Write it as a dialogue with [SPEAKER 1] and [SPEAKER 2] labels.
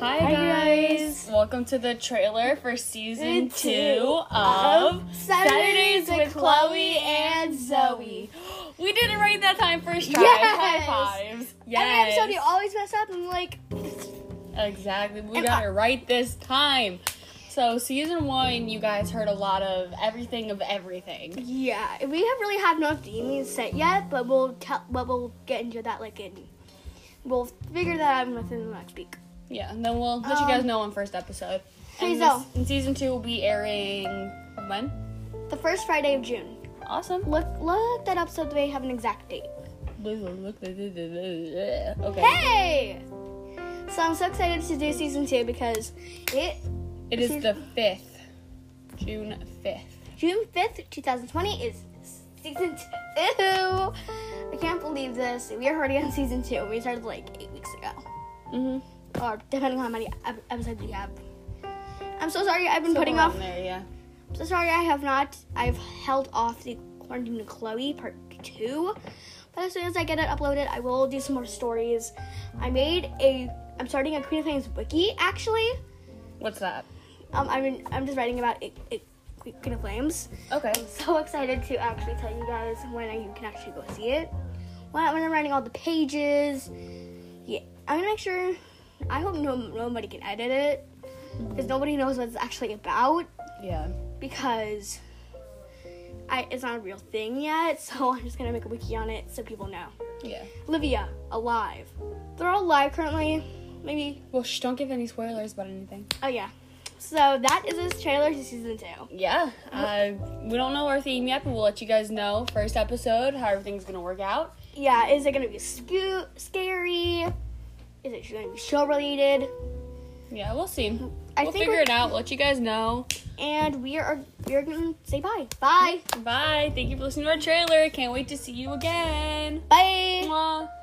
[SPEAKER 1] Hi,
[SPEAKER 2] Hi,
[SPEAKER 1] guys.
[SPEAKER 2] guys.
[SPEAKER 1] Welcome to the trailer for season
[SPEAKER 2] Season
[SPEAKER 1] two
[SPEAKER 2] two
[SPEAKER 1] of
[SPEAKER 2] of
[SPEAKER 1] Saturdays
[SPEAKER 2] Saturdays
[SPEAKER 1] with
[SPEAKER 2] with
[SPEAKER 1] Chloe
[SPEAKER 2] Chloe
[SPEAKER 1] and
[SPEAKER 2] and
[SPEAKER 1] Zoe.
[SPEAKER 2] Zoe.
[SPEAKER 1] We did it right that time, first try.
[SPEAKER 2] Yes.
[SPEAKER 1] High fives. Yes.
[SPEAKER 2] Every episode you always mess up and like
[SPEAKER 1] Exactly. We
[SPEAKER 2] And
[SPEAKER 1] got
[SPEAKER 2] I-
[SPEAKER 1] it right this time. So season one, you guys heard a lot of everything of everything.
[SPEAKER 2] yeah, we have really have no theme set yet, but we'll tell but we'll get into that like in we'll figure that out within the next week.
[SPEAKER 1] Yeah, and then we'll let you
[SPEAKER 2] Um,
[SPEAKER 1] guys know on first episode.
[SPEAKER 2] hey,
[SPEAKER 1] and,
[SPEAKER 2] Zoe.
[SPEAKER 1] and season two will be airing when?
[SPEAKER 2] The first Friday of June.
[SPEAKER 1] Awesome.
[SPEAKER 2] Look look that up so they have an exact date.
[SPEAKER 1] Okay.
[SPEAKER 2] Hey! So I'm so excited to do season two because it
[SPEAKER 1] It is
[SPEAKER 2] Season-
[SPEAKER 1] the 5th. June 5th.
[SPEAKER 2] June 5th, 2020 is season two. I can't believe this. We are already on season two. We started like eight weeks ago,
[SPEAKER 1] Mm-hmm.
[SPEAKER 2] or depending on how many ep- episodes we have. I'm so sorry I've been putting off.
[SPEAKER 1] there, yeah.
[SPEAKER 2] I'm so sorry I have not. I've held off the quarantine to Chloe part two, but as soon as I get it uploaded, I will do some more stories. I made a. I'm starting a Queen of Flames wiki actually.
[SPEAKER 1] What's that?
[SPEAKER 2] Um, I'm I'm just writing about it, it, Queen of Flames.
[SPEAKER 1] Okay.
[SPEAKER 2] so excited to actually tell you guys when you can actually go see it. When, when I'm writing all the pages. Yeah, I'm gonna make sure. I hope no, nobody can edit it because nobody knows what it's actually about
[SPEAKER 1] Yeah.
[SPEAKER 2] because I, it's not a real thing yet. So I'm just gonna make a wiki on it so people know.
[SPEAKER 1] Yeah.
[SPEAKER 2] Olivia, alive. They're all live currently. Maybe.
[SPEAKER 1] Well, shh, don't give any spoilers about anything.
[SPEAKER 2] Oh yeah. So that is this trailer to season two.
[SPEAKER 1] Yeah. Uh, we don't know our theme yet, but we'll let you guys know first episode how everything's going to work out.
[SPEAKER 2] Yeah, is it gonna be sco- scary? Is it gonna be show related?
[SPEAKER 1] Yeah, we'll see.
[SPEAKER 2] I
[SPEAKER 1] we'll
[SPEAKER 2] think
[SPEAKER 1] figure
[SPEAKER 2] we-
[SPEAKER 1] it out, let you guys know.
[SPEAKER 2] And we are we're gonna say bye. Bye.
[SPEAKER 1] Bye. Thank you for listening to our trailer. Can't wait to see you again.
[SPEAKER 2] Bye.
[SPEAKER 1] Mwah.